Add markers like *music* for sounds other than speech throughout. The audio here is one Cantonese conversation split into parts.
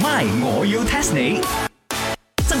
My，我要 test 你。增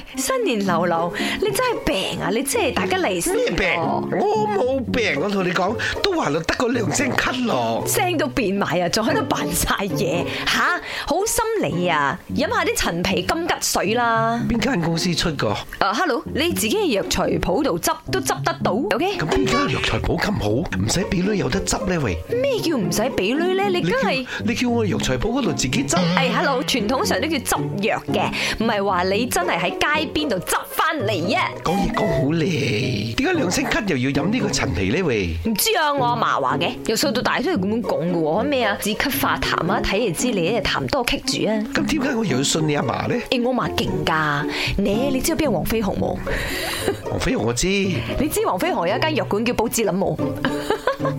新年流流，你真係病啊！你真係大家嚟先咩病？我冇病，我同你講，都話得個兩聲咳咯。聲都變埋啊，仲喺度扮晒嘢吓，好心你啊！飲下啲陳皮金桔水啦。邊間公司出過？啊，hello，你自己嘅藥材鋪度執都執得到，OK？咁邊間藥材鋪咁好，唔使俾女有得執呢？喂！咩叫唔使俾女咧？你你梗叫係。你叫我藥材鋪嗰度自己執。哎，hello，傳統上都叫執藥嘅，唔係話你真係喺街邊度執翻嚟啊！講嘢講好嚟，點解兩聲咳又要飲呢個陳皮呢？喂，唔知啊，我阿嫲話嘅，由細到大都係咁樣講嘅喎，咩啊止咳化痰啊，睇嚟知你咧痰多棘住啊！咁點解我又要信你阿嫲呢？誒，我阿嫲勁㗎，你你知道邊個黃飛鴻冇？王菲我知，你知黃飛鴻有一間藥館叫寶芝林冇？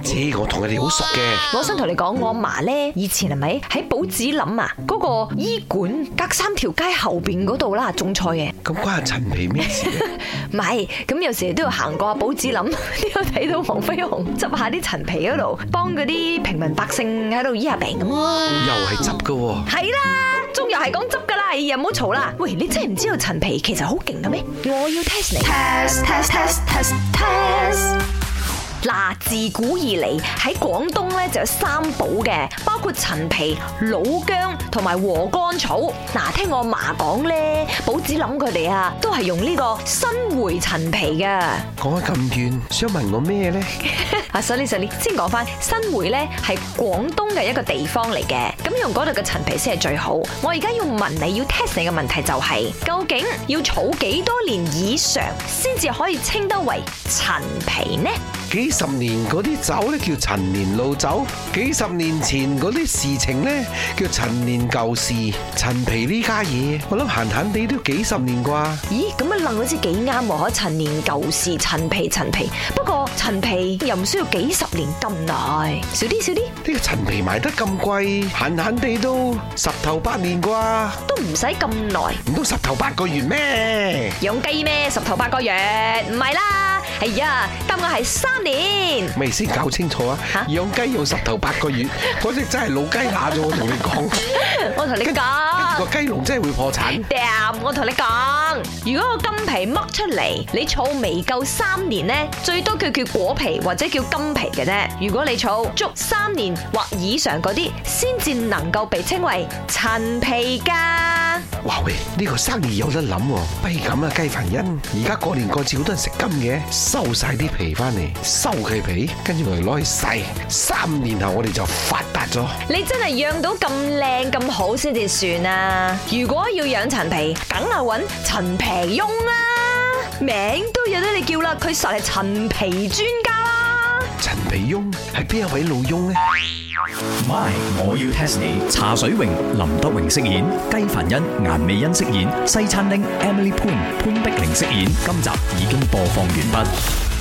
知我同佢哋好熟嘅。我想同你講，我阿嫲咧以前係咪喺寶芝林啊嗰、個醫館隔三條街後邊嗰度啦種菜嘅？咁關阿陳皮咩事呢？ *laughs* 唔係，咁有時都要行過阿寶子林， *laughs* 都有睇到黃飛鴻執下啲陳皮嗰度，幫嗰啲平民百姓喺度醫下病咁咯。又係執嘅喎。係啦，中又係講執噶啦，哎呀唔好嘈啦。喂，你真係唔知道陳皮其實好勁嘅咩？我要 test 你。 test test test test test 嗱，自古以嚟喺廣東咧就有三寶嘅，包括陳皮、老姜同埋禾乾草。嗱，聽我嫲講咧，寶子林佢哋啊，都係用呢個新會陳皮嘅。講咗咁遠，想問我咩呢？啊，所以 s 先講翻新會咧，係廣東嘅一個地方嚟嘅，咁用嗰度嘅陳皮先係最好。我而家要問你要 test 你嘅問題就係、究竟要儲幾多年以上先至可以稱得為陳皮呢？幾十年嗰啲酒呢叫陳年老酒，幾十年前嗰啲事情呢叫陳年舊事。陳皮呢家嘢，我諗閒閒地都幾十年啩。咦，咁啊樣楞好似幾啱喎！可陳年舊事，陳皮陳皮。不過陳皮又唔需要幾十年咁耐，少啲少啲呢個陳皮賣得咁貴，閒閒地都十頭八年啩，都唔使咁耐。唔通十頭八個月咩？養雞咩？十頭八個月，唔係啦。哎呀，答案係三年。咪先搞清楚啊嚇！養雞要十頭八個月，嗰只真係老雞乸咗，我同你講，我同你講。個雞籠真係會破產。 damn！我同你講，如果個金皮剝出嚟，你儲未夠三年呢，最多佢叫果皮或者叫金皮嘅啫。如果你儲足三年或以上嗰啲，先至能夠被稱為陳皮噶。哇喂，呢個生意有得諗喎！不如咁啊，雞凡欣，而家過年過節好多人食金嘅，收晒啲皮翻嚟，收佢皮，跟住我哋攞去晒，三年後我哋就發達咗。你真係養到咁靚咁好先至算啊！如果要養陳皮，梗係揾陳皮翁啦，名都有得你叫啦，佢實係陳皮專家啦。陳皮翁係邊一位老翁呢？ My，我要 test 你。茶水榮、林德榮飾演，雞凡欣、顏美欣飾演，西餐廳 Emily Poon 潘碧玲飾演。今集已經播放完畢。